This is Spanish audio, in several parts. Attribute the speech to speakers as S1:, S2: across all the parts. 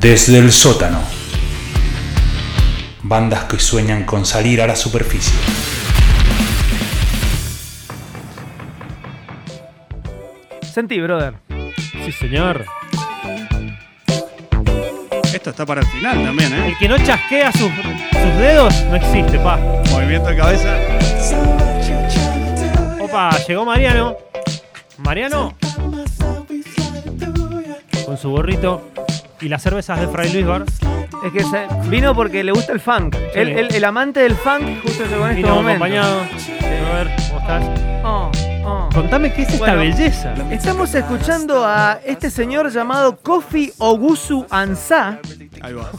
S1: Desde el sótano. Bandas que sueñan con salir a la superficie.
S2: Sentí, brother.
S3: Sí, señor.
S4: Esto está para el final también, ¿eh?
S3: El que no chasquea sus, sus dedos no existe, pa.
S4: Movimiento de cabeza.
S3: Opa, llegó Mariano. Mariano. Con su gorrito y las cervezas de Fray Luis Bar.
S2: Es que se- vino porque le gusta el funk. El, el- el amante del funk justo llegó en este
S3: Vino
S2: momento.
S3: acompañado. A ver, ¿cómo estás?
S2: Oh, oh.
S3: Contame qué es esta
S2: Bueno.
S3: belleza.
S2: Estamos escuchando a este señor llamado Kofi Ogusu Ansah,
S4: Ahí va.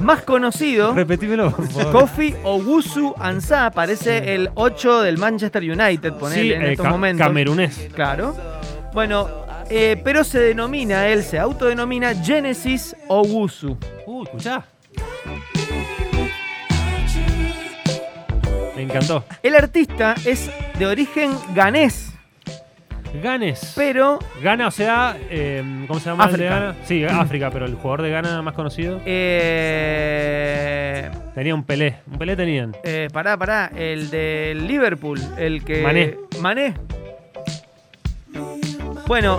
S2: más conocido.
S3: Repetímelo, por favor.
S2: Kofi Ogusu Ansah aparece el 8 del Manchester United, ponele
S3: Sí,
S2: en
S3: eh,
S2: estos
S3: ca-
S2: momentos.
S3: camerunés.
S2: Claro. Bueno, eh, pero se denomina, él se autodenomina Genesis Ogusu.
S3: Uy, Uh, escuchá. Me encantó.
S2: El artista es de origen ganés,
S3: Ganes.
S2: pero
S3: Gana, o sea, eh, ¿cómo se llama el de
S2: África.
S3: Ghana? Sí, África, pero el jugador de Ghana más conocido
S2: eh,
S3: tenía un Pelé. Un Pelé tenían.
S2: eh, pará, pará, el de Liverpool, el que...
S3: Mané.
S2: Mané. Bueno,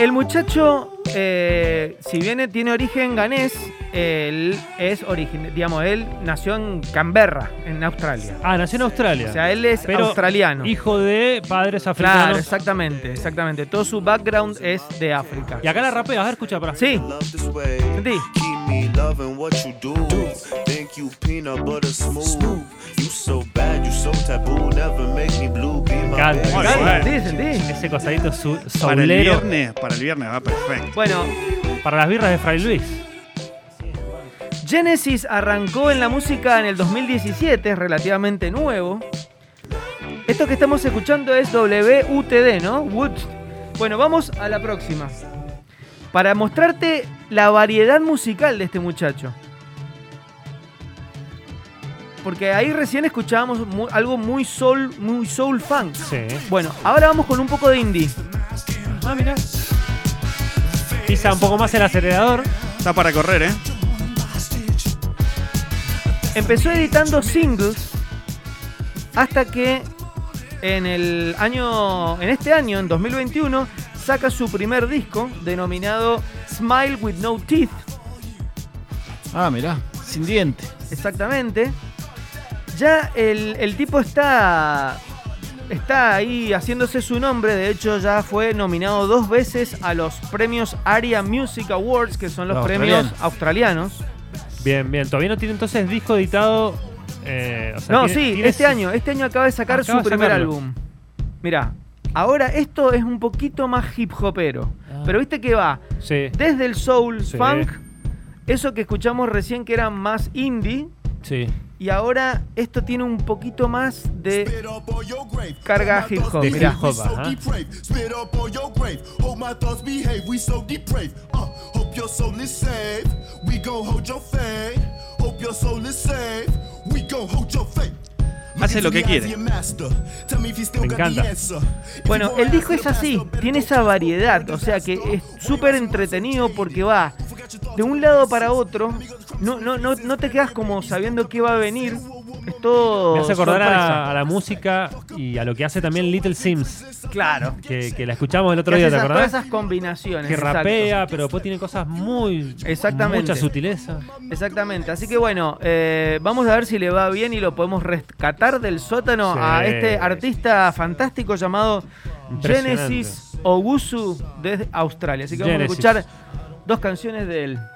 S2: el muchacho, eh, si bien tiene origen ganés, él es origen, digamos, él nació en Canberra, en Australia.
S3: Ah, nació en Australia.
S2: O sea, él es
S3: Pero
S2: australiano.
S3: Hijo de padres
S2: Claro,
S3: africanos.
S2: exactamente, exactamente. Todo su background es de África.
S3: y acá la rapea, a ver, escucha, para.
S2: Sí,
S5: Love this way.
S2: sentí.
S5: Keep me loving what you do. Think you peanut butter smooth. You so bad, you so taboo. Never make me blue. Be my
S3: Calma.
S5: baby.
S4: Calma.
S2: Claro,
S4: bueno.
S2: sentí, sentí.
S3: Ese costadito su,
S4: Para el
S3: saulero.
S4: viernes, para el viernes va perfecto.
S2: Bueno,
S3: Para las birras de Fray Luis.
S2: Genesis arrancó en la música en el 2017, es relativamente nuevo. Esto que estamos escuchando es WUTD, ¿no? Wood. Bueno, vamos a la próxima. Para mostrarte la variedad musical de este muchacho. Porque ahí recién escuchábamos mu- algo muy soul, muy soul funk.
S3: Sí.
S2: Bueno, ahora vamos con un poco de indie.
S3: Ah, mira. Pisa un poco más el acelerador.
S4: Está para correr, ¿eh?
S2: Empezó editando singles hasta que en el año en este año en 2021 saca su primer disco denominado Smile with No Teeth,
S6: Ah, mirá, sin diente.
S2: exactamente. Ya el, el tipo está está ahí haciéndose su nombre, de hecho ya fue nominado dos veces a los premios Aria Music Awards, que son los,
S6: Los
S2: premios australianos.
S3: Bien, bien. Todavía no tiene entonces disco editado. eh, o sea,
S2: No,
S3: tiene-
S2: sí,
S3: tiene-
S2: este año, este año acaba de sacar
S3: Acaba
S2: su
S3: de
S2: primer
S3: sacarlo.
S2: álbum. Mirá, ahora esto es un poquito más hip hopero,
S3: Ah.
S2: pero viste que va
S3: Sí,
S2: desde el soul
S3: Sí.
S2: funk, eso que escuchamos recién que era más indie
S3: sí.
S2: y ahora esto tiene un poquito más de carga hip hop.
S3: De
S2: Oh, Mirá,
S3: hip hop, ajá.
S7: Spit up on your grave. Hope my thoughts behave. We so depraved. Uh, hope your soul is safe. We gon' hold your faith. Hope your soul is safe. We gon' hold your faith.
S4: Hace lo que quiere.
S3: Me
S7: Me
S3: encanta.
S2: Bueno, el disco es así, tiene esa variedad, o sea que es súper entretenido porque va de un lado para otro, no, no, no, no te quedas como sabiendo qué va a venir, es todo...
S3: Me hace acordar
S2: sorpresa.
S3: a, a la música y a lo que hace también Little Sims,
S2: Claro.
S3: que, que la escuchamos el otro
S2: Que
S3: día,
S2: hace
S3: ¿te
S2: esas-
S3: acordás?
S2: Todas esas combinaciones.
S3: que
S2: exacto.
S3: rapea, pero después tiene cosas muy.
S2: Exactamente.
S3: Mucha sutileza.
S2: Exactamente. Así que bueno, eh, vamos a ver si le va bien y lo podemos rescatar del sótano
S3: Sí.
S2: a este artista fantástico llamado
S3: Impresionante.
S2: Genesis Ogusu desde Australia. Así que vamos a
S3: Genesis.
S2: escuchar dos canciones de él.